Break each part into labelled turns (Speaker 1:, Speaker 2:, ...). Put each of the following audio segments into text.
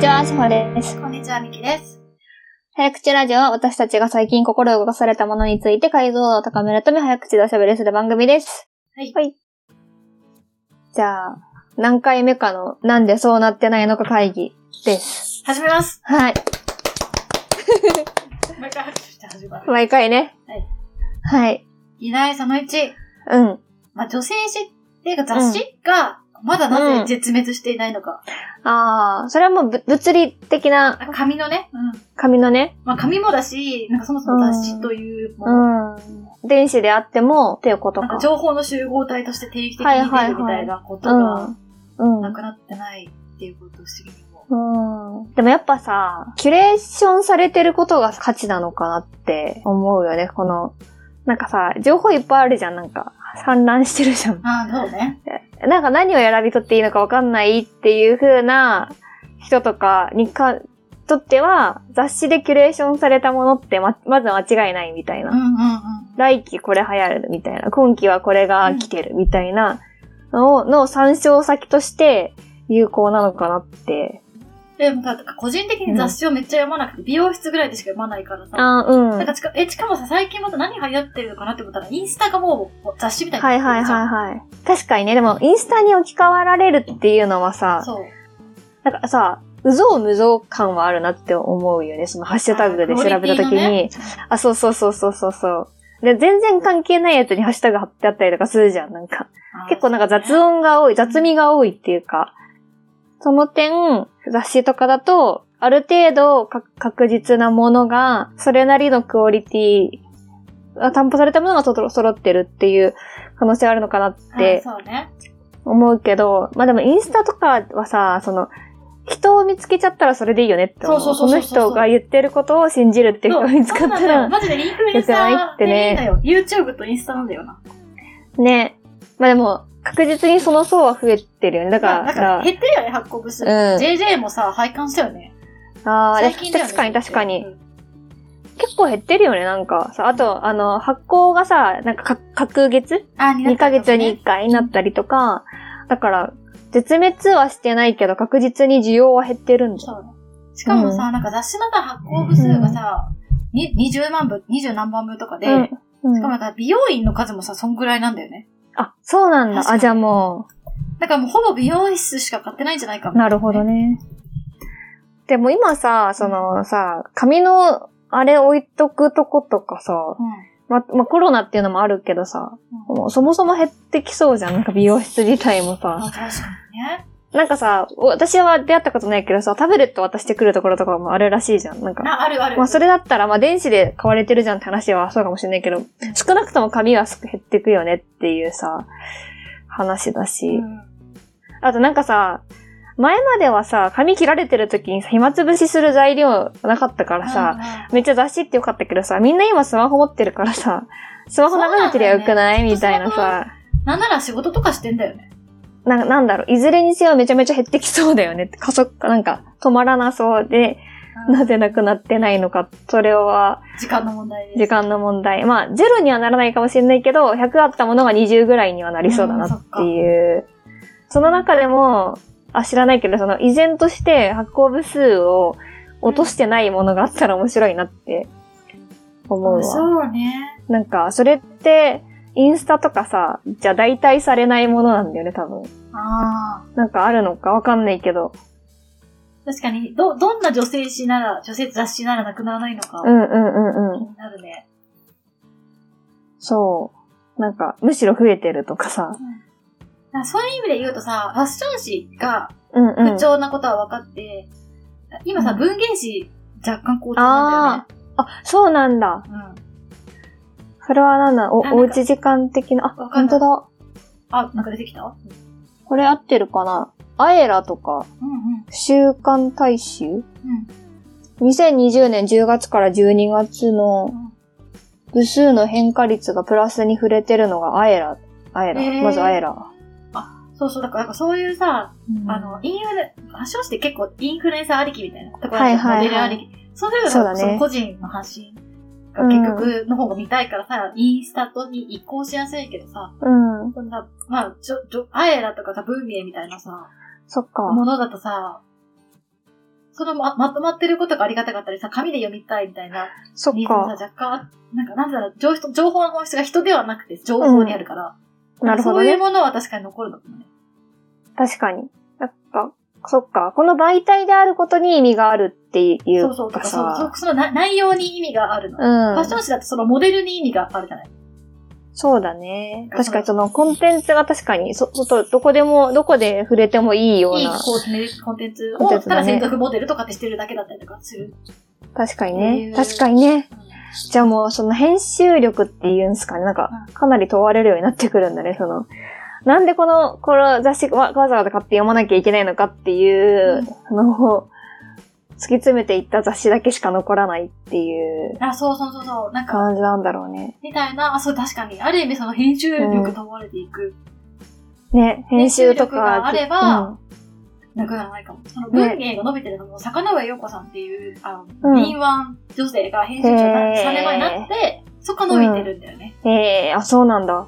Speaker 1: ちは、しほです。
Speaker 2: こんにちは、みきです。
Speaker 1: 早口ラジオは私たちが最近心動かされたものについて解像度を高めるため早口でおしゃべりする番組です。
Speaker 2: はい
Speaker 1: じゃあ、何回目かのなんでそうなってないのか会議です。
Speaker 2: 始めます。
Speaker 1: はい。
Speaker 2: 毎回拍手して始まる。
Speaker 1: 毎回ね。
Speaker 2: はい。
Speaker 1: はい。
Speaker 2: 議題その1。
Speaker 1: うん。
Speaker 2: まあ、女性誌っていうか雑誌が、まだなぜ絶滅していないのか。
Speaker 1: あー、それはもうぶ物理的な
Speaker 2: あ紙のね。うん。
Speaker 1: 紙のね、
Speaker 2: まあ、紙もだし、なんかそもそも雑誌というもの。
Speaker 1: うん。電子であってもっていうこと
Speaker 2: なん
Speaker 1: か
Speaker 2: か。情報の集合体として定期的に
Speaker 1: はいはい
Speaker 2: 出るみ
Speaker 1: はい
Speaker 2: たいなことが
Speaker 1: うん。うん
Speaker 2: なくなってないっていうことを不思議に思
Speaker 1: うん。でもやっぱさ、キュレーションされてることが価値なのかなって思うよね。この、なんかさ、情報いっぱいあるじゃん。なんか、散乱してるじゃん
Speaker 2: う。。ああ、そうね。
Speaker 1: なんか何を選び取っていいのかわかんないっていう風な人とかにか、とっては、雑誌でキュレーションされたものってま、まず間違いないみたいな。
Speaker 2: うんうんうん。
Speaker 1: 来期これ流行るみたいな、今期はこれが来てるみたいなのを、の参照先として有効なのかなって。
Speaker 2: でも、だって個人的に雑誌をめっちゃ読まなくて、美容室ぐらいでしか読まないからさ。
Speaker 1: あうん。は
Speaker 2: なん
Speaker 1: い
Speaker 2: かしか、え、しかもさ、最近また何流行ってるのかなって思ったら、インスタがもう雑誌みたいにな
Speaker 1: はい
Speaker 2: って
Speaker 1: はい
Speaker 2: るじゃん。
Speaker 1: はい。確かにね、でもインスタに置き換わられるっていうのはさ、
Speaker 2: そう。
Speaker 1: なんかさ、無造無造感はあるなって思うよね。そのハッシュタグで調べたとき
Speaker 2: クオリティの
Speaker 1: に、
Speaker 2: ね
Speaker 1: あ、そうそうそうそうそうそう。で、全然関係ないやつにハッシュタグ貼ってあったりとかするじゃん、なんか。結構なんか雑音が多い、雑味が多いっていうか、その点、雑誌とかだと、ある程度か確実なものが、それなりのクオリティが担保されたものがそろ揃ってるっていう可能性あるのかなっ
Speaker 2: あ
Speaker 1: て
Speaker 2: そうね。
Speaker 1: 思うけど、まあでもインスタとかはさ、その、人を見つけちゃったらそれでいいよねって思う。
Speaker 2: そう
Speaker 1: そ
Speaker 2: そうそうそ
Speaker 1: の
Speaker 2: うそう
Speaker 1: 人が言ってることを信じるっていう人を見つか
Speaker 2: そう
Speaker 1: った
Speaker 2: なんだよ。
Speaker 1: ら、
Speaker 2: マジでインフルエンサーでいいんだよ。YouTube とインスタなんだよな。
Speaker 1: ね。まあでも、確実にその層は増えてるよね。だから、
Speaker 2: だから減ってるよね、発行部数。
Speaker 1: うん
Speaker 2: JJ もさ、拝観したよね。
Speaker 1: ああ、
Speaker 2: 最近だよね。
Speaker 1: 確かに確かに
Speaker 2: う。ん。
Speaker 1: 結構減ってるよね、なんか。さあと、あの、発行がさ、なんかか、隔月
Speaker 2: あ、2
Speaker 1: ?2 ヶ月に1回になったりとか、だから、絶滅はしてないけど、確実に需要は減ってるんだよ。
Speaker 2: そうね。しかもさ、なんか雑誌のさ、発行部数がさ、に20万部、20何万部とかで、し
Speaker 1: うん、
Speaker 2: かも
Speaker 1: うん。
Speaker 2: なんか美容院の数もさ、そんぐらいなんだよね。
Speaker 1: あ、そうなんだ。
Speaker 2: 確かに
Speaker 1: あ、じゃあも
Speaker 2: だからもうほぼ美容室しか買ってないんじゃないか
Speaker 1: う、なるほど
Speaker 2: ね。
Speaker 1: ね。でも今さ、そのさ、紙の、あれ置いとくとことかさ、
Speaker 2: うん。
Speaker 1: ま、ま、コロナっていうのもあるけどさ、
Speaker 2: うん
Speaker 1: もうそもそも減ってきそうじゃん。なんか美容室自体もさ。
Speaker 2: あ、確かにね。
Speaker 1: なんかさ、私は出会ったことないけどさ、タブレット渡してくるところとかもあるらしいじゃん。なんか。
Speaker 2: な、あるある。
Speaker 1: まあそれだったら、まあ電子で買われてるじゃんって話はそうかもしれないけど、少なくとも紙は減ってくよねっていうさ、話だし。
Speaker 2: うん
Speaker 1: あとなんかさ、前まではさ、紙切られてる時にさ、暇つぶしする材料なかったからさ、めっちゃ雑誌ってよかったけどさ、みんな今スマホ持ってるからさ、スマホ眺めてりゃよくない、みたいな
Speaker 2: そうな
Speaker 1: さ、
Speaker 2: なんなら仕事とかしてんだよね。
Speaker 1: な、なんだろう、いずれにせよめちゃめちゃ減ってきそうだよねって。 加速化、なんか、止まらなそうで、なぜなくなってないのか。それは、
Speaker 2: 時間の問題です。
Speaker 1: 時間の問題。まあ、ゼロにはならないかもしれないけど、100あったものが20ぐらいにはなりそうだなっていう。その中でも、あ、知らないけど、その、依然として発行部数を落としてないものがあったら面白いなって思うわ。
Speaker 2: そうね。
Speaker 1: なんか、それって、インスタとかさ、じゃあ代替されないものなんだよね、多分。
Speaker 2: ああ。
Speaker 1: なんかあるのかわかんないけど。
Speaker 2: 確かに、ど、どんな女性誌なら、女性雑誌ならなくならないのか、
Speaker 1: うんうんうんうん。
Speaker 2: 気になるね。
Speaker 1: そう。なんか、むしろ増えてるとかさ。
Speaker 2: なんかそういう意味で言うとさ、ファッション誌が
Speaker 1: うんうん。
Speaker 2: 不調なことは分かって、今さ、
Speaker 1: うん
Speaker 2: 文芸誌若干好調なんだ
Speaker 1: あ、そうなんだ。
Speaker 2: よね。
Speaker 1: それはなんだ、お、
Speaker 2: あなんか
Speaker 1: おうち時間的な。あ、
Speaker 2: わかん
Speaker 1: 本
Speaker 2: な
Speaker 1: 当
Speaker 2: い
Speaker 1: だ。
Speaker 2: うん。あ、なんか出てきた
Speaker 1: これ合ってるかなアエラとか、
Speaker 2: うんうん。
Speaker 1: 週刊大衆
Speaker 2: うん。
Speaker 1: 2020年10月から12月の部数の変化率がプラスに触れてるのがアエラ。アエラ。
Speaker 2: へー
Speaker 1: まずアエラ。
Speaker 2: そうそう、だから、なんかそういうさ、あの、インフル、ファッション誌って結構インフルエンサーありきみたいなところ
Speaker 1: はいはいはい
Speaker 2: モデルありき。そうすると、
Speaker 1: そうだね
Speaker 2: その個人の発信が結局の方が見たいからさ、インスタとに移行しやすいけどさ、
Speaker 1: うん。
Speaker 2: そのさ、まあ、ちょ、ちょ、アエラとかさ、ブーミエみたいなさ、
Speaker 1: そっか。
Speaker 2: ものだとさ、そのままとまってることがありがたかったりさ、紙で読みたいみたいな、
Speaker 1: そっ
Speaker 2: ニーズもさ、
Speaker 1: か。
Speaker 2: 若干、なんか、なんだろう、情報情報の本質が人ではなくて、情報にあるから、
Speaker 1: なるほど
Speaker 2: そうい
Speaker 1: ね
Speaker 2: う。ものは確かに残るのかもね。
Speaker 1: 確かに。なんか、そっか。この媒体であることに意味があるってい
Speaker 2: そううそう、と
Speaker 1: か
Speaker 2: かそうそ
Speaker 1: さ
Speaker 2: う。そのな内容に意味があるの。フ
Speaker 1: う
Speaker 2: ァッ
Speaker 1: ん
Speaker 2: シ。ョン誌だってそのモデルに意味があるじゃない。
Speaker 1: そうだね。
Speaker 2: なんか
Speaker 1: 確かにそのコンテンツが確かに、そ、外、どこでも、どこで触れてもいいよう
Speaker 2: いい
Speaker 1: な。
Speaker 2: コーテコンテンツ
Speaker 1: コンテ
Speaker 2: を、
Speaker 1: ンツ
Speaker 2: た
Speaker 1: だ
Speaker 2: だ
Speaker 1: ね
Speaker 2: 専属モデルとかってしてるだけだったりとかする。
Speaker 1: 確かに
Speaker 2: ってい
Speaker 1: ね。
Speaker 2: う
Speaker 1: 確かにね。
Speaker 2: うん
Speaker 1: じゃあもうその編集力っていうんですかね。なんか
Speaker 2: う、
Speaker 1: かなり問われるようになってくるんだね。その、なんでこの、この雑誌わわざわざ買って読まなきゃいけないのかっていう、
Speaker 2: うん
Speaker 1: その、突き詰めていった雑誌だけしか残らないっていう
Speaker 2: あ、そうそうそうそう。なんか、
Speaker 1: 感じなんだろうね。
Speaker 2: みたいな、あ、そう、確かに。ある意味その編集力問われていく。
Speaker 1: ね、編集と
Speaker 2: 編集力が
Speaker 1: か。
Speaker 2: あれば
Speaker 1: うん
Speaker 2: なくならないかも。その
Speaker 1: ね
Speaker 2: 文芸が伸びてるのも、坂上陽子さんっていう、あ
Speaker 1: う
Speaker 2: の、
Speaker 1: ん
Speaker 2: 敏腕女性が編集長になっ
Speaker 1: へー
Speaker 2: 3年前になって、そこが伸びてるんだよね。
Speaker 1: ええあ、そうなんだ。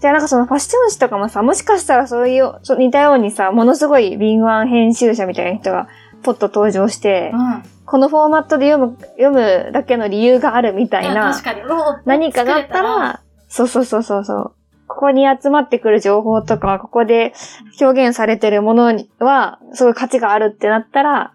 Speaker 1: じゃあなんかそのファッション誌とかもさ、もしかしたらそういう、そう似たようにさ、ものすごい敏腕編集者みたいな人がポッと登場して
Speaker 2: う、ん。
Speaker 1: このフォーマットで読む、読むだけの理由があるみたい
Speaker 2: あ
Speaker 1: な
Speaker 2: 確、かに。ロー
Speaker 1: 何かがあったら、そうそうそうそうそう。ここに集まってくる情報とか、ここで表現されてるものには、すごい価値があるってなったら、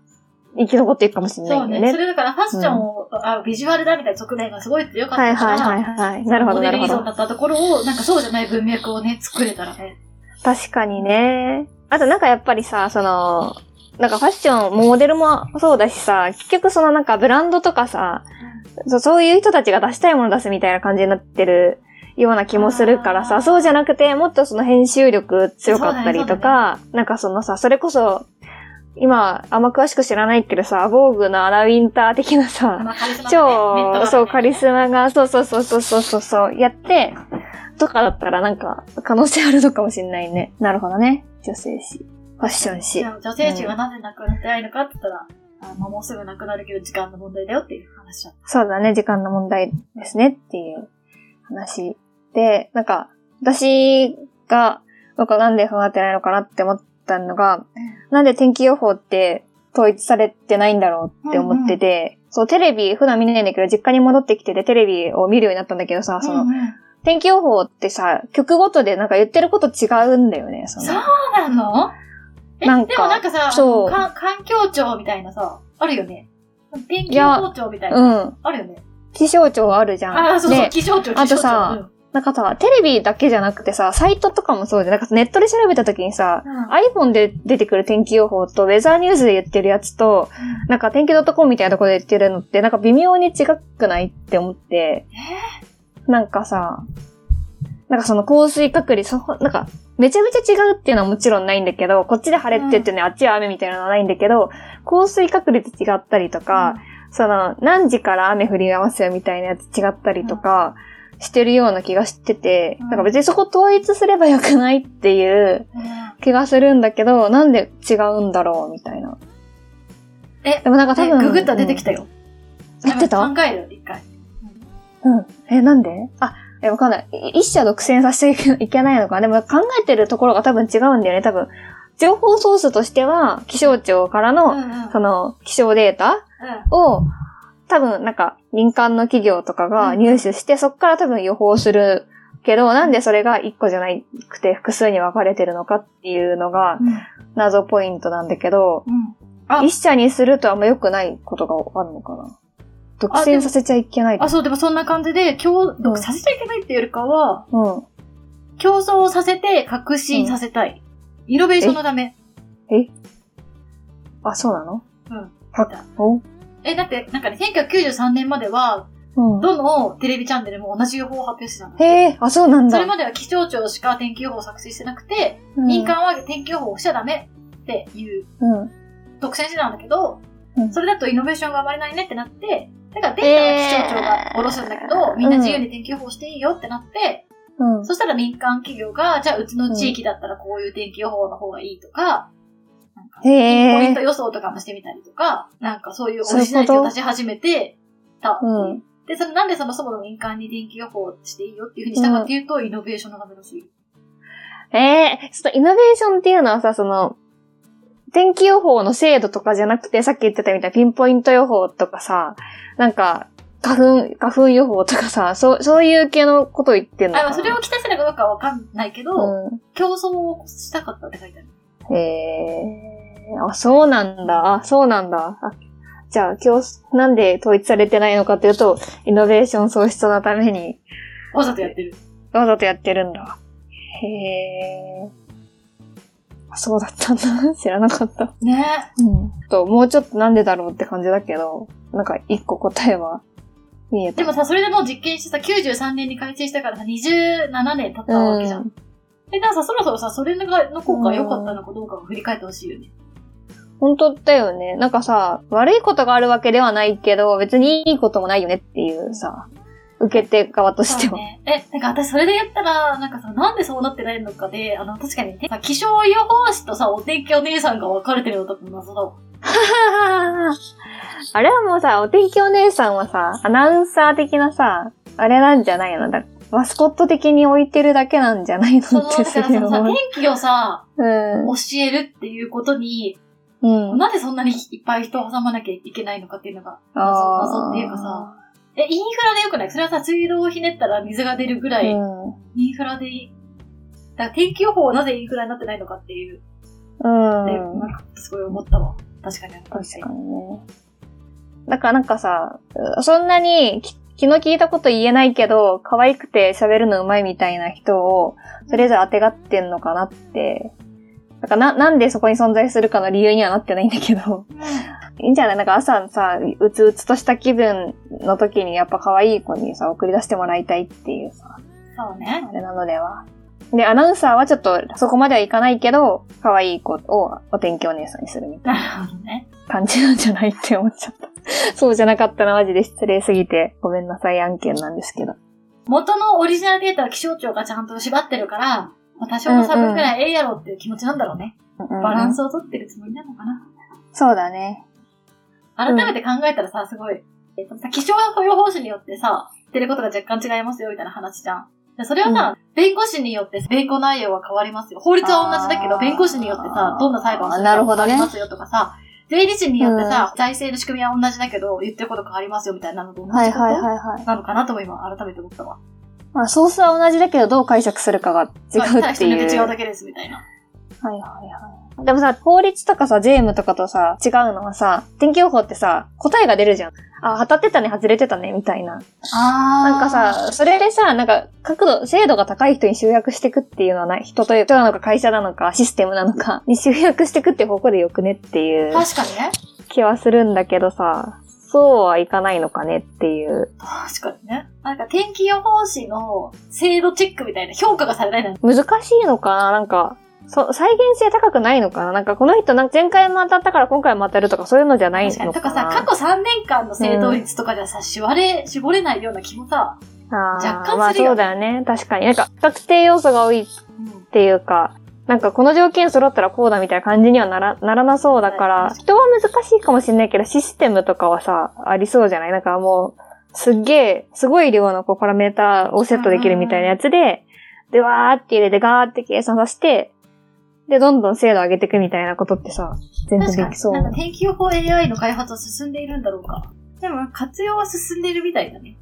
Speaker 1: 生き残っていくかもしれないよ
Speaker 2: そう
Speaker 1: ね。
Speaker 2: ね。それだからファッションを、あビジュアルだみたいな側面がすごい強かっ
Speaker 1: はい
Speaker 2: たか
Speaker 1: はい
Speaker 2: ら、
Speaker 1: はいはい。なるほど
Speaker 2: モ
Speaker 1: な
Speaker 2: デ
Speaker 1: る
Speaker 2: ル
Speaker 1: ほ
Speaker 2: 依
Speaker 1: ど
Speaker 2: 存。だったところを、なんかそうじゃない文脈をね、作れたらね。
Speaker 1: 確かにね。あとなんかやっぱりさ、その、なんかファッション、モデルもそうだしさ、結局そのなんかブランドとかさ、そうそういう人たちが出したいもの出すみたいな感じになってるような気もするから
Speaker 2: あ
Speaker 1: さ、
Speaker 2: ー
Speaker 1: そうじゃなくて、もっとその編集力強かったりと
Speaker 2: そうだ
Speaker 1: か、なんかそのさ、それこそ、今、あんま詳しく知らないけどさ、防具のアナウィンター的なさ、
Speaker 2: まあカリスマねメントが
Speaker 1: 超、
Speaker 2: ね
Speaker 1: そう、カリスマが、そうそうそうそうそうそうそう、やって、とかだったらなんか、可能性あるのかもしれないね。なるほどね。女性誌。ファッション誌
Speaker 2: じ。ゃあ女性中がなぜなくなってないのかって言ったら、あのもうすぐなくなるけど時間の問題だよっていう話だっ
Speaker 1: そうだね、時間の問題ですねっていう話。で、なんか、私が、なんかなんで不安ってないのかなって思ったのが、なんで天気予報って統一されてないんだろうって思ってて、そう、テレビ普段見ないんだけど、実家に戻ってきててテレビを見るようになったんだけどさ、
Speaker 2: た。
Speaker 1: その、
Speaker 2: うんうん
Speaker 1: 天気予報ってさ、曲ごとでなんか言ってること違うんだよね、その
Speaker 2: そうなのえ、
Speaker 1: なんか
Speaker 2: でもなんかさ、
Speaker 1: そう
Speaker 2: か環境庁みたいなさ、あるよね。天
Speaker 1: い
Speaker 2: 気予
Speaker 1: や
Speaker 2: 報庁みたいな。
Speaker 1: うん。
Speaker 2: あるよね。
Speaker 1: 気象庁あるじゃん。
Speaker 2: ああ、そうそう、
Speaker 1: で
Speaker 2: 気象庁、気象庁。
Speaker 1: あとさなんかさ、テレビだけじゃなくてさ、サイトとかもそうで、なんかネットで調べた時にさ
Speaker 2: う、ん、うん
Speaker 1: iPhone で出てくる天気予報と、ウェザーニュースで言ってるやつと、なんか天気 .com みたいなとこで言ってるのって、なんか微妙に違くないって思って、なんかさ、なんかその降水確率、そなんか、めちゃめちゃ違うっていうのはもちろんないんだけど、こっちで晴れって言ってね、あっちは雨みたいなのはないんだけど、降水確率違ったりとか、その、何時から雨降りますよみたいなやつ違ったりとか、してるような気がしてて、
Speaker 2: うん
Speaker 1: なんか別にそこ統一すればよくないっていう
Speaker 2: うんうん
Speaker 1: 気がするんだけど、なんで違うんだろうみたいな。
Speaker 2: え
Speaker 1: でもなんか多
Speaker 2: え
Speaker 1: 分。
Speaker 2: ググったら出てきたよ。
Speaker 1: うん。やってた
Speaker 2: 考えるよ、一回。
Speaker 1: うん。え、なんであ、え、わかんない。い一社独占させていけないのか。でも考えてるところが多分違うんだよね、多分。情報ソースとしては、気象庁から
Speaker 2: うん
Speaker 1: の、
Speaker 2: うん。うん
Speaker 1: その、気象データを、多分なんか、民間の企業とかが
Speaker 2: うん
Speaker 1: 入手して、そっから多分予報するけど、なんでそれが一個じゃなくて複数に分かれてるのかっていうのが
Speaker 2: うん
Speaker 1: 謎ポイントなんだけど、
Speaker 2: うん。あ
Speaker 1: 一社にするとあんま良くないことがあるのかな。独
Speaker 2: あで
Speaker 1: 占
Speaker 2: も
Speaker 1: させちゃいけないと
Speaker 2: あ、。そう、でもそんな感じで、協力させちゃいけないっていうよりかは、
Speaker 1: うん。
Speaker 2: 競争をさせて革新させたい。イノベーションのため。
Speaker 1: あ、そうなの
Speaker 2: うん。
Speaker 1: あお
Speaker 2: え、だって、なんかね、1993年までは、
Speaker 1: うん。
Speaker 2: どのテレビチャンネルも同じ予報を発表してたの。
Speaker 1: へえ、あ、そうなんだ。
Speaker 2: それまでは気象庁しか天気予報を作成してなくて、
Speaker 1: うん
Speaker 2: 民間は天気予報をしちゃダメっていう
Speaker 1: うん。
Speaker 2: 独占してたんだけど、
Speaker 1: うん
Speaker 2: それだとイノベーションが生まれないねってなって、だからデータは気象庁が下ろすんだけど、
Speaker 1: えー
Speaker 2: みんな自由に天気予報していいよってなって、
Speaker 1: うん。
Speaker 2: そしたら民間企業が、じゃあうちの地域だったらこういう天気予報の方がいいとか、なんか
Speaker 1: へー
Speaker 2: ポイント予想とかもしてみたりとか、なんかそういうオリジナリティを出し始めてたっていう
Speaker 1: うん。
Speaker 2: で、そのなんでそもそもの民間に天気予報していいよっていうふうにしたかっていうと、イノベーションのためらしい。
Speaker 1: ええそのイノベーションっていうのはさ、その、天気予報の精度とかじゃなくて、さっき言ってたみたいなピンポイント予報とかさ、なんか、花粉、花粉予報とかさ、そう、そういう系のことを言ってんのか
Speaker 2: あ、
Speaker 1: な。
Speaker 2: それを期待してたかどうかはわかんないけど、
Speaker 1: う
Speaker 2: 競争をしたかったって書いてある。
Speaker 1: ん。えー、あ、そうなんだ。あ、そうなんだ。あじゃあ、今日、なんで統一されてないのかっていうと、イノベーション創出のために、
Speaker 2: わざとやってる。
Speaker 1: わざとやってるんだ。へー。あそうだったんだ。 知らなかった。
Speaker 2: ね
Speaker 1: うん。と、もうちょっとなんでだろうって感じだけど、なんか一個答えは見えた。
Speaker 2: でもさ、それでもう実験してさ、93年に改正したからさ、27年経ったわけじゃん。
Speaker 1: う
Speaker 2: え、だからさ、そろそろさ、それの効果が良かったのかどうかを振り返ってほしいよね。
Speaker 1: 本当だよね。なんかさ、悪いことがあるわけではないけど、別にいいこともないよねっていうさ、受け手側として
Speaker 2: そう
Speaker 1: は。
Speaker 2: ね。え、なんか私それで言ったら、なんかさ、なんでそうなってないのかで、あの、確かにね、さ、気象予報士とさ、お天気お姉さんが分かれてるのとかも謎だわ。
Speaker 1: あれはもうさ、お天気お姉さんはさ、アナウンサー的なさ、あれなんじゃないのだマスコット的に置いてるだけなんじゃないの
Speaker 2: その、
Speaker 1: って
Speaker 2: だからそのさ、
Speaker 1: う。
Speaker 2: 天気をさ、
Speaker 1: うん。
Speaker 2: 教えるっていうことに、
Speaker 1: うん。
Speaker 2: なんでそんなにいっぱい人を挟まなきゃいけないのかっていうのが、謎謎っていうかさ、え、インフラでよくないそれはさ、水道をひねったら水が出るぐら
Speaker 1: あー、
Speaker 2: い、
Speaker 1: うん
Speaker 2: インフラでいい。だから天気予報はなぜインフラになってないのかっていう、
Speaker 1: うん。
Speaker 2: でなんか、すごい思ったわ。確かに。
Speaker 1: 確かにね。だからなんかさ、そんなにき気の利いたこと言えないけど、可愛くて喋るの上手いみたいな人を、それぞれ当てがってんのかなって。だからな、なんでそこに存在するかの理由にはなってないんだけど。いいんじゃないなんか朝さ、うつうつとした気分の時にやっぱ可愛い子にさ、送り出してもらいたいっていうさ、
Speaker 2: そうね
Speaker 1: あ。れなのでは。で、アナウンサーはちょっとそこまではいかないけど、可愛い子をお天気お姉さんにするみたいな。
Speaker 2: なるほどね。
Speaker 1: 感じなんじゃないって思っちゃった。 そうじゃなかったらマジで失礼すぎて、ごめんなさい案件なんですけど。
Speaker 2: 元のオリジナルデータは気象庁がちゃんと縛ってるから、まあ、多少の差分くらいええやろっていう気持ちなんだろうね。バラン
Speaker 1: ス。
Speaker 2: スをとってるつもりなのかな。
Speaker 1: そうだね。
Speaker 2: 改めて考えたらさ、すごい、えっとさ、気象予報士によってさ、言ってることが若干違いますよ、みたいな話じゃん。でそれはさ、弁護士によって弁護内容は変わりますよ。法律は同じだけ
Speaker 1: あ
Speaker 2: ど、
Speaker 1: ー
Speaker 2: 弁護士によってさ、どんな裁判をする
Speaker 1: な
Speaker 2: か
Speaker 1: るほ
Speaker 2: 変
Speaker 1: ど
Speaker 2: わ
Speaker 1: ね
Speaker 2: りますよとかさ、税理士によってさ、財政の仕組みは同じだけど、言ってること変わりますよ、みたいなのと同じこと
Speaker 1: いはい。
Speaker 2: なのかなとも今、改めて思ったわ。
Speaker 1: まあソースは同じだけどどう解釈するかが違
Speaker 2: そう
Speaker 1: う
Speaker 2: ただ
Speaker 1: って
Speaker 2: 人によって
Speaker 1: い
Speaker 2: 違
Speaker 1: う。
Speaker 2: うだけです、みたいな。
Speaker 1: はいはいはい。でもさ、法律とかさ、税務とかとさ、違うのはさ、天気予報ってさ、答えが出るじゃん。あ、当たってたね、外れてたね、みたいな。
Speaker 2: あ
Speaker 1: なんか、さ、それでさ、なんか、角度、精度が高い人に集約していくっていうのはない。人という、人なのか会社なのかシステムなのかに集約していくって方向でよくねっていう
Speaker 2: 確かにね。
Speaker 1: 気はするんだけどさ、そうはいかないのかねっていう。
Speaker 2: 確かにね。なんか天気予報士の制度チェックみたいな評価がされないの
Speaker 1: 難しいのかななんか、そ、再現性高くないのかななんかこの人なんか前回も当たったから今回も当たるとかそういうのじゃないの
Speaker 2: 確
Speaker 1: か
Speaker 2: か
Speaker 1: な
Speaker 2: に。とかさ、過去3年間の正答率とかじゃさ、絞れ、絞れないような気もさ、
Speaker 1: あー
Speaker 2: 若干するよね
Speaker 1: まあそうだよね。確かに。なんか、不確定要素が多いっていうか、なんかこの条件揃ったらこうだみたいな感じにはならならなそうだか
Speaker 2: は
Speaker 1: ら
Speaker 2: い、
Speaker 1: 人は難しいかもしれないけど、システムとかはさ、ありそうじゃないなんかもう、すっげえ、すごい量のこうパラメータをセットできるみたいなやつで、で、わーって入れてガーって計算させて、で、どんどん精度上げていくみたいなことってさ、全
Speaker 2: 確
Speaker 1: 然
Speaker 2: か
Speaker 1: でき
Speaker 2: に。
Speaker 1: そう。
Speaker 2: なんか天気予報 AI の開発は進んでいるんだろうか。でも、活用は進んでいるみたいだ ね。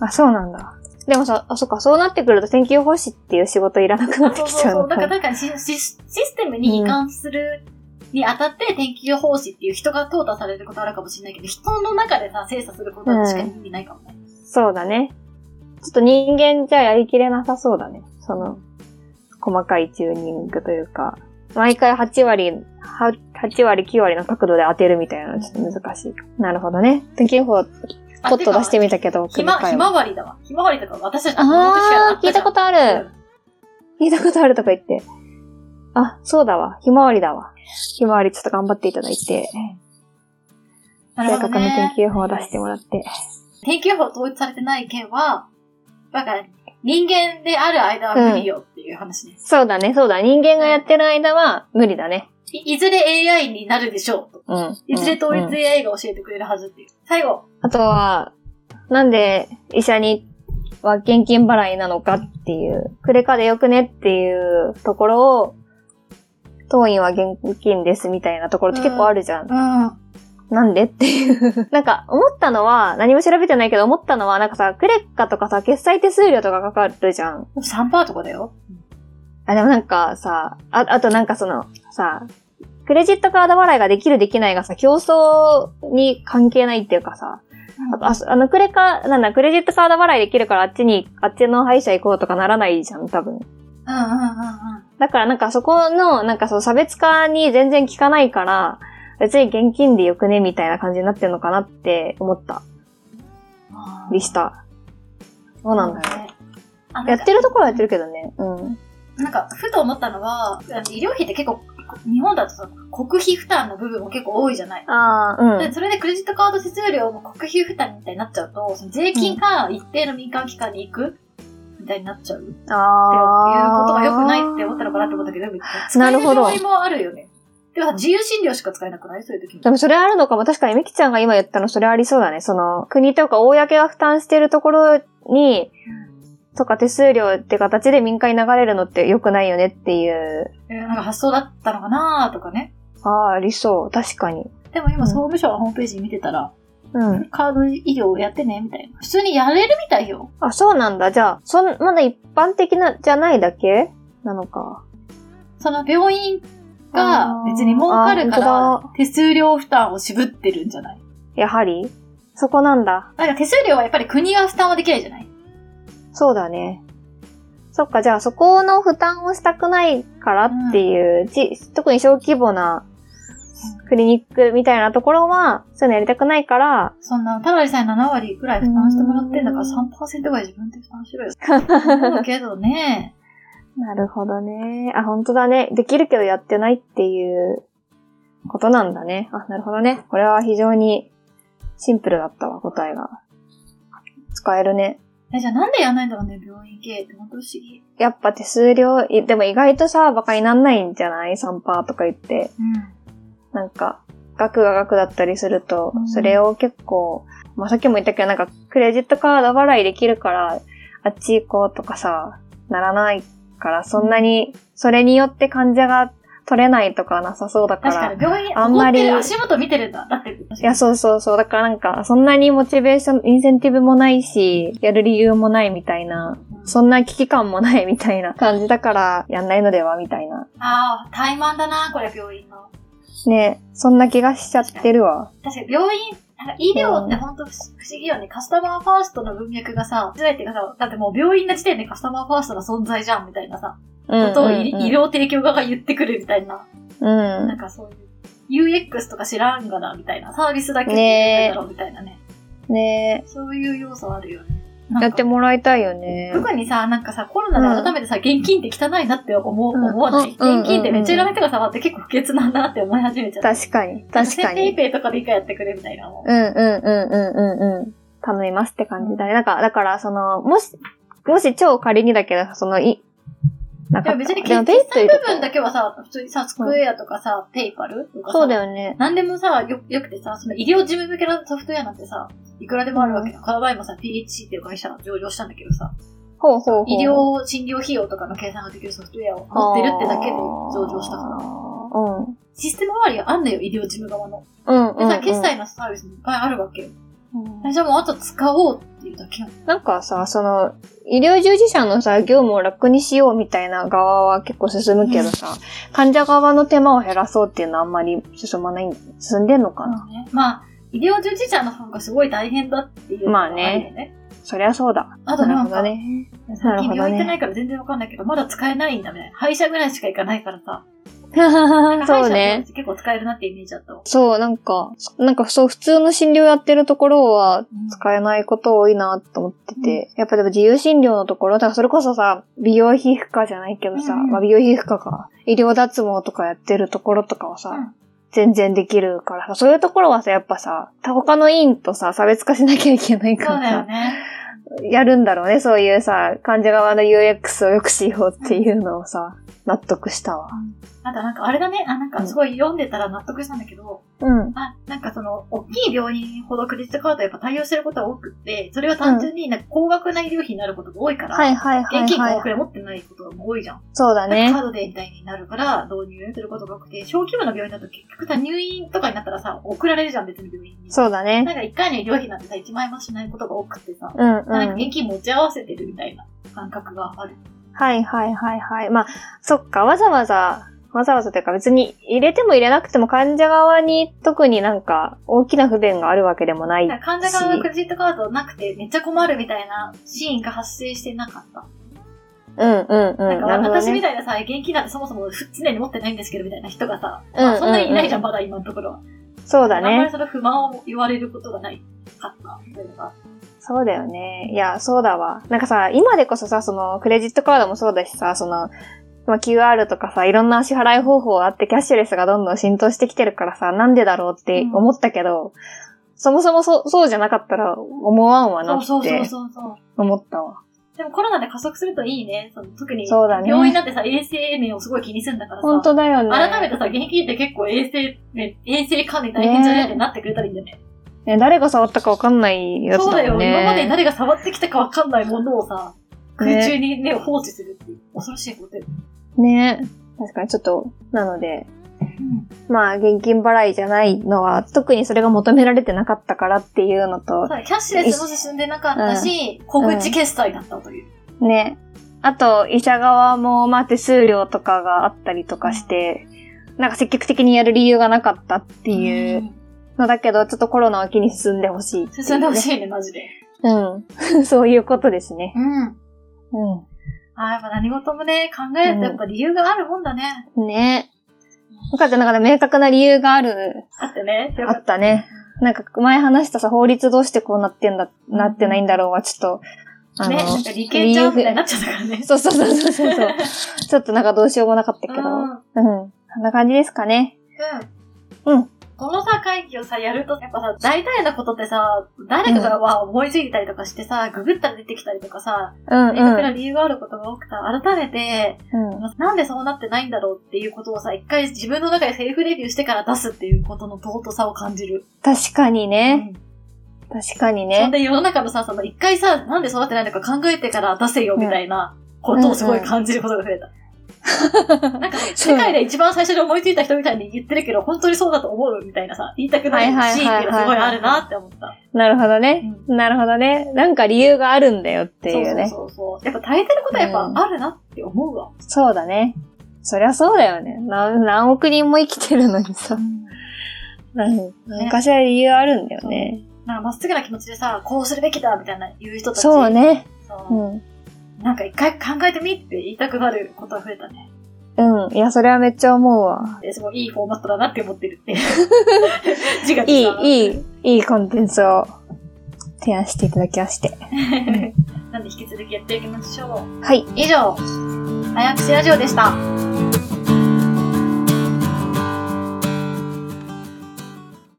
Speaker 1: あ、そうなんだ。でもさ、あ、そっか、そうなってくると天気予報士っていう仕事いらなくなって
Speaker 2: そう
Speaker 1: きちゃ
Speaker 2: そう
Speaker 1: う
Speaker 2: そう。
Speaker 1: の
Speaker 2: だ
Speaker 1: か
Speaker 2: から、
Speaker 1: な。
Speaker 2: なんかシシシステムに移管するにあたって、天気予報士っていう人が淘汰されることあるかもしれないけど、人の中でさ、精査することは確かに意味ないかもね。
Speaker 1: そうだね。ちょっと人間じゃやりきれなさそうだね。その、細かいチューニングというか、毎回8割、は8割、9割の角度で当てるみたいなのはちょっと難しいか。なるほどね。天気予報、ち
Speaker 2: あ
Speaker 1: ょっと出してみたけど、
Speaker 2: ひま、
Speaker 1: 繰り返
Speaker 2: ひ
Speaker 1: る
Speaker 2: まわりだわ。ひまわりとか私たちの
Speaker 1: あー、聞いたこととある。聞いたことあるとか言って。あ、そうだわ。ひまわりだわ。ひまわりちょっと頑張っていただいて、
Speaker 2: なる
Speaker 1: 正
Speaker 2: ほど
Speaker 1: 確な
Speaker 2: ね。
Speaker 1: 天気予報を出してもらって。
Speaker 2: 天気予報統一されてない県は、だから、人間である間は無理よっていう話ね。
Speaker 1: そうだね、そうだ。人間がやってる間は無理だね。
Speaker 2: いいずれ AI になるでしょうと。
Speaker 1: うん。
Speaker 2: いずれ
Speaker 1: う
Speaker 2: 統
Speaker 1: ん
Speaker 2: 一 AI が教えてくれるはずっていう。最後。
Speaker 1: あとは、なんで医者には現金払いなのかっていう、クレカでよくねっていうところを、当院は現金ですみたいなところって結構あるじゃん。
Speaker 2: うん。
Speaker 1: なんでっていう。なんか、思ったのは、何も調べてないけど思ったのは、なんかさ、クレッカとかさ、決済手数料とかかかるじゃん。
Speaker 2: 3%とかだよ。
Speaker 1: あ、でもなんかさ、あ、あとなんかその、さ、クレジットカード払いができるできないがさ、競争に関係ないっていうかさ、ああそあの、クレカ、なんだ、クレジットカード払いできるからあっちに、あっちの歯医者行こうとかならないじゃん、多分。
Speaker 2: うんうんうん
Speaker 1: だからなんかそこの、なんかその差別化に全然効かないから、別に現金でよくね、みたいな感じになってるのかなって思った。
Speaker 2: うん。
Speaker 1: りした。そうなんだよ。
Speaker 2: ね。あ
Speaker 1: や
Speaker 2: なん
Speaker 1: っ
Speaker 2: か
Speaker 1: てるところはやってるけどね。うん。
Speaker 2: なんか、ふと思ったのは、あの医療費って結構、日本だとさ、国費負担の部分も結構多いじゃない。
Speaker 1: ああ、うん。
Speaker 2: でそれでクレジットカード手数料も国費負担みたいになっちゃうと、その税金が一定の民間機関に行くみたいになっちゃうっていうことが良くないって思ったのかなって思ったけど、
Speaker 1: なるほど
Speaker 2: 使え病院もあるよね。でもさ自由診療しか使えなくないそういう時に
Speaker 1: で。もそれあるのかも。確かにみきちゃんが今言ったのそれありそうだね。その、国とか公が負担してるところに、とか手数料って形で民間に流れるのって良くないよねっていう。
Speaker 2: えーなんか発想だったのかなとかね。
Speaker 1: ああ、ありそう。確かに。
Speaker 2: でも今、総務省のホームページ見てたら、
Speaker 1: うん。
Speaker 2: カード医療をやってね、みたいな。普通にやれるみたいよ。
Speaker 1: あ、そうなんだ。じゃあ、そん、まだ一般的な、じゃないだけなのか。
Speaker 2: その病院が
Speaker 1: あー
Speaker 2: 別に儲かるか
Speaker 1: あ本当
Speaker 2: ら、手数料負担を渋ってるんじゃない
Speaker 1: やはり、そこなんだ。
Speaker 2: なんか手数料はやっぱり国が負担はできないじゃない
Speaker 1: そうだね。そっか、じゃあそこの負担をしたくないからっていう、ち特に小規模なクリニックみたいなところは、そういうのやりたくないから、
Speaker 2: そんな、ただでさえ7割くらい負担してもらってんだから3%ぐらい自分で負担し ろよ。思うけどね。
Speaker 1: なるほどね。あ、本当だね。できるけどやってないっていうことなんだね。あ、なるほどね。これは非常にシンプルだったわ、答えが。使えるね。
Speaker 2: え、じゃあなんでやんないんだろうね、病院経営って本当不思議。
Speaker 1: やっぱ手数料、いでも意外とさ、バカになんないんじゃない ?3% とか言って。
Speaker 2: う
Speaker 1: なんか、額が額だったりすると
Speaker 2: う、ん
Speaker 1: それを結構、まあ、さっきも言ったけど、なんか、クレジットカード払いできるから、あっち行こうとかさ、ならないから、そんなに、それによって患者が取れないとかはなさそうだ
Speaker 2: ん。
Speaker 1: か。
Speaker 2: 確からに病院、
Speaker 1: あんまり
Speaker 2: 怒ってる足元見てるんだ。だって、
Speaker 1: いや、そうそうそう。だからなんか、そんなにモチベーション、インセンティブもないし、やる理由もないみたいな、
Speaker 2: うん
Speaker 1: そんな危機感もないみたいな 感じだから、やんないのではみたいな。
Speaker 2: ああ、怠慢だな、これ病院の。
Speaker 1: ねそんな気がしちゃってるわ。
Speaker 2: 確かに病院、なんか医療って本当不思不思議よね。カスタマーファーストの文脈がさ、時代っていうかさ、だってもう病院の時点でカスタマーファーストな存在じゃんみたいなさ、
Speaker 1: うん
Speaker 2: ことを
Speaker 1: うん
Speaker 2: 医医療提供側が言ってくるみたいな、
Speaker 1: うん。
Speaker 2: なんかそういう、UX とか知らんがなみたいな、サービスだけ
Speaker 1: ねえ
Speaker 2: で言ってるんだろうみたいなね。
Speaker 1: ね
Speaker 2: そういう要素あるよね。
Speaker 1: え、
Speaker 2: な
Speaker 1: や
Speaker 2: ん
Speaker 1: って
Speaker 2: か
Speaker 1: もらいたいよね。
Speaker 2: 特にさ、なんかさ、コロナで改めてさ、現金って汚いなって思う、
Speaker 1: うん
Speaker 2: 思わない、
Speaker 1: うん
Speaker 2: 現金ってめっちゃいらない人がさ、って結構不潔なんだなって思い始めちゃった。
Speaker 1: 確かに、確か
Speaker 2: ペイ
Speaker 1: に。
Speaker 2: ペイとかで一回やってくれみたいなもん。
Speaker 1: うんうんうんうんうんうん。頼みますって感じだね。なんか、だから、その、もし、もし超仮にだけど、その、い、なん
Speaker 2: で
Speaker 1: か
Speaker 2: も
Speaker 1: った、
Speaker 2: 別に決
Speaker 1: でもペイ
Speaker 2: 済
Speaker 1: と
Speaker 2: 部
Speaker 1: いう
Speaker 2: 分
Speaker 1: と
Speaker 2: だけはさ、普通にさ、スクエアとかさ、ペイパルとかさ、
Speaker 1: そうだよね。
Speaker 2: 何でもさ、よ、よくてさ、その医療事務向けのソフトウェアなんてさ、いくらでもあるわけだ。この前もさ、PHC っていう会社上場したんだけどさ、
Speaker 1: ほうほうほう。
Speaker 2: 医療、診療費用とかの計算ができるソフトウェアを持ってるってだけで上場したから。
Speaker 1: か
Speaker 2: システム周りがあんのよ、医療事務側の。
Speaker 1: ら。うん。うん
Speaker 2: で
Speaker 1: うん、う
Speaker 2: さ、
Speaker 1: ん。
Speaker 2: 決済のサービスもいっぱいあるわけよ。
Speaker 1: うん
Speaker 2: じゃあもうあと使おうっていうだけなの。
Speaker 1: なんかさ、その、医療従事者のさ、業務を楽にしようみたいな側は結構進むけど さ、患者側の手間を減らそうっていうのはあんまり進まない、進んでんのかな、
Speaker 2: まあ、医療従事者の方がすごい大変だっていうのが
Speaker 1: まあね
Speaker 2: るよね。
Speaker 1: そりゃそうだ。
Speaker 2: あとなんか、
Speaker 1: ね。な
Speaker 2: 最
Speaker 1: る
Speaker 2: 近
Speaker 1: ほど
Speaker 2: 病院行ってな
Speaker 1: ね。
Speaker 2: いから全然わかんないけど、まだ使えないんだね。歯医者ぐらいしか行かないからさ。
Speaker 1: そう
Speaker 2: 歯医者っ
Speaker 1: ね。
Speaker 2: て結構使えるなってイメージだったわ。
Speaker 1: そう、なんか、なんかそう、普通の診療やってるところは使えないこと多いなと思ってて、やっぱでも自由診療のところ、だからそれこそさ、美容皮膚科じゃないけどさ、
Speaker 2: うんうん
Speaker 1: まあ美容皮膚科か、医療脱毛とかやってるところとかはさ、
Speaker 2: うん
Speaker 1: 全然できるからさ、そういうところはさ、やっぱさ、他の院とさ、差別化しなきゃいけないか
Speaker 2: そう
Speaker 1: ら
Speaker 2: だよ
Speaker 1: さ、
Speaker 2: ね。
Speaker 1: やるんだろうね、そういうさ、患者側の UX を良くしようっていうのをさ、納得したわ。
Speaker 2: あとなんかあれだね、あ、なんかすごい読んでたら納得したんだけど、
Speaker 1: うん。
Speaker 2: あ、なんかその、大きい病院ほどクレジットカードやっぱ対応してることは多くって、それは単純になんか高額な医療費になることが多いから、
Speaker 1: はいはいはい、
Speaker 2: 現金5
Speaker 1: はい。
Speaker 2: 億円持ってないことも多いじゃん。
Speaker 1: そうだね
Speaker 2: カ。ードでみたいになるから導入することが多くて、小規模の病院だと結局さ、入院とかになったらさ、送られるじゃん、別の病院に。
Speaker 1: そうだね。
Speaker 2: なんか一回の医療費なんてさ、1万円もしないことが多くてさ、
Speaker 1: うんうん。
Speaker 2: なんか現金持ち合わせてるみたいな感覚がある。
Speaker 1: はいはいはいはい。まあ、そっか、わざわざ、わざわざというか別に入れても入れなくても患者側に特になんか大きな不便があるわけでもない。
Speaker 2: なんか患者側がクレジットカードなくてめっちゃ困るみたいなシーンが発生してなかった。
Speaker 1: うんうんうん。
Speaker 2: なんか
Speaker 1: なるほど
Speaker 2: 私
Speaker 1: ね。
Speaker 2: みたいなさ、現金なんてそもそも常に持ってないんですけどみたいな人がさ、
Speaker 1: うんうんうん
Speaker 2: まあそんなにいないじゃん、まだ今のところは。
Speaker 1: そうだ
Speaker 2: あんまり
Speaker 1: ね。
Speaker 2: その不満を言われることがないかった。みたいなのが
Speaker 1: そうだよね。いや、そうだわ。なんかさ、今でこそさ、そのクレジットカードもそうだしさ、その、まあ、QR とかさ、いろんな支払い方法あってキャッシュレスがどんどん浸透してきてるからさ、なんでだろうって思ったけど、そもそもそう、そうじゃなかったら思わんわなっ
Speaker 2: そうそうそう
Speaker 1: て
Speaker 2: そうそう。
Speaker 1: 思ったわ。
Speaker 2: でもコロナで加速するといいね。その特に、
Speaker 1: そうだね
Speaker 2: 病院だってさ、衛生面をすごい気にするんだから
Speaker 1: 本
Speaker 2: さ。
Speaker 1: 当だよね。
Speaker 2: 改めてさ、現金って結構衛生面、衛生管理大変じゃねってなってくれたらいいんだよね。
Speaker 1: ね、誰が触ったかわかんないやつ
Speaker 2: そうだ
Speaker 1: だも
Speaker 2: よ、
Speaker 1: んね。
Speaker 2: 今まで誰が触ってきたかわかんないものをさ、空中にね、放置するっていう、恐ろしいことよ。
Speaker 1: ね。確かにちょっと、なので、まあ、現金払いじゃないのは、特にそれが求められてなかったからっていうのと、
Speaker 2: さキャッシュレスも進んでなかったし、小口決済だったという。
Speaker 1: ね。あと、医者側も、まあ、手数料とかがあったりとかして、なんか積極的にやる理由がなかったっていうのだけど、ちょっとコロナは気に進んでほしいっていうね、
Speaker 2: 進んでほし
Speaker 1: い。
Speaker 2: いね、マジで。
Speaker 1: うん。 そういうことですね。
Speaker 2: うん。
Speaker 1: う
Speaker 2: あやっぱ何事もね、考えるとやっぱ理由があるもんだね。
Speaker 1: ん。ね。よかった、なんかね、明確な理由がある
Speaker 2: あってね、よ
Speaker 1: あ
Speaker 2: かっ
Speaker 1: ったね。なんか前話したさ、法律どうしてこうなってんだ、なってないんだろうは、ちょっと、
Speaker 2: た。ね、なんか理系ちゃんみたいになっちゃったからね。
Speaker 1: そうそうそうそうそう そう。ちょっとなんかどうしようもなかったけど。
Speaker 2: うん
Speaker 1: うん。そんな感じですかね。
Speaker 2: う
Speaker 1: うん
Speaker 2: ん。このさ、会議をさ、やると、やっぱさ、大体のことってさ、誰かがは思いついたりとかしてさ、ググったら出てきたりとかさ、
Speaker 1: うんう。
Speaker 2: 明確なん理由があることが多くさ、改めて、
Speaker 1: うん、
Speaker 2: なんでそうなってないんだろうっていうことをさ、一回自分の中でセルフレビューしてから出すっていうことの尊さを感じる。
Speaker 1: 確かにね。
Speaker 2: うん
Speaker 1: 確かに
Speaker 2: そん
Speaker 1: ね。
Speaker 2: で世の中のさ、その一回さ、なんでそうなってないのか考えてから出せよみたいなことをすごい感じることが増えた。なんか、世界で一番最初に思いついた人みたいに言ってるけど、本当にそうだと思うみたいなさ、言いたくないシーンっていうのがすごいあるなって思った。
Speaker 1: なるほどね、なるほどね。なんか理由があるんだよっていうね。そう
Speaker 2: そうそうそう。やっぱ耐えてることはやっぱあるなって思うわ。
Speaker 1: だね。そりゃそうだよね。何何億人も生きてるのにさ。うん。何かしら理由あるんだよね。
Speaker 2: なんかまっすぐな気持ちでさ、こうするべきだみたいな言う人たち。
Speaker 1: そう。ね。う
Speaker 2: そ
Speaker 1: ん。
Speaker 2: うなんか一回考えてみって言いたくなることは増えたね。
Speaker 1: うん。いや、それはめっちゃ思うわ。
Speaker 2: ですごいいいフォーマットだなって思って るっていう。字が
Speaker 1: いい、い
Speaker 2: い。
Speaker 1: い、いいコンテンツを提案していただきまして。
Speaker 2: なんで引き続きやっていきましょう。
Speaker 1: はい。
Speaker 2: 以上、早口ラジオでした。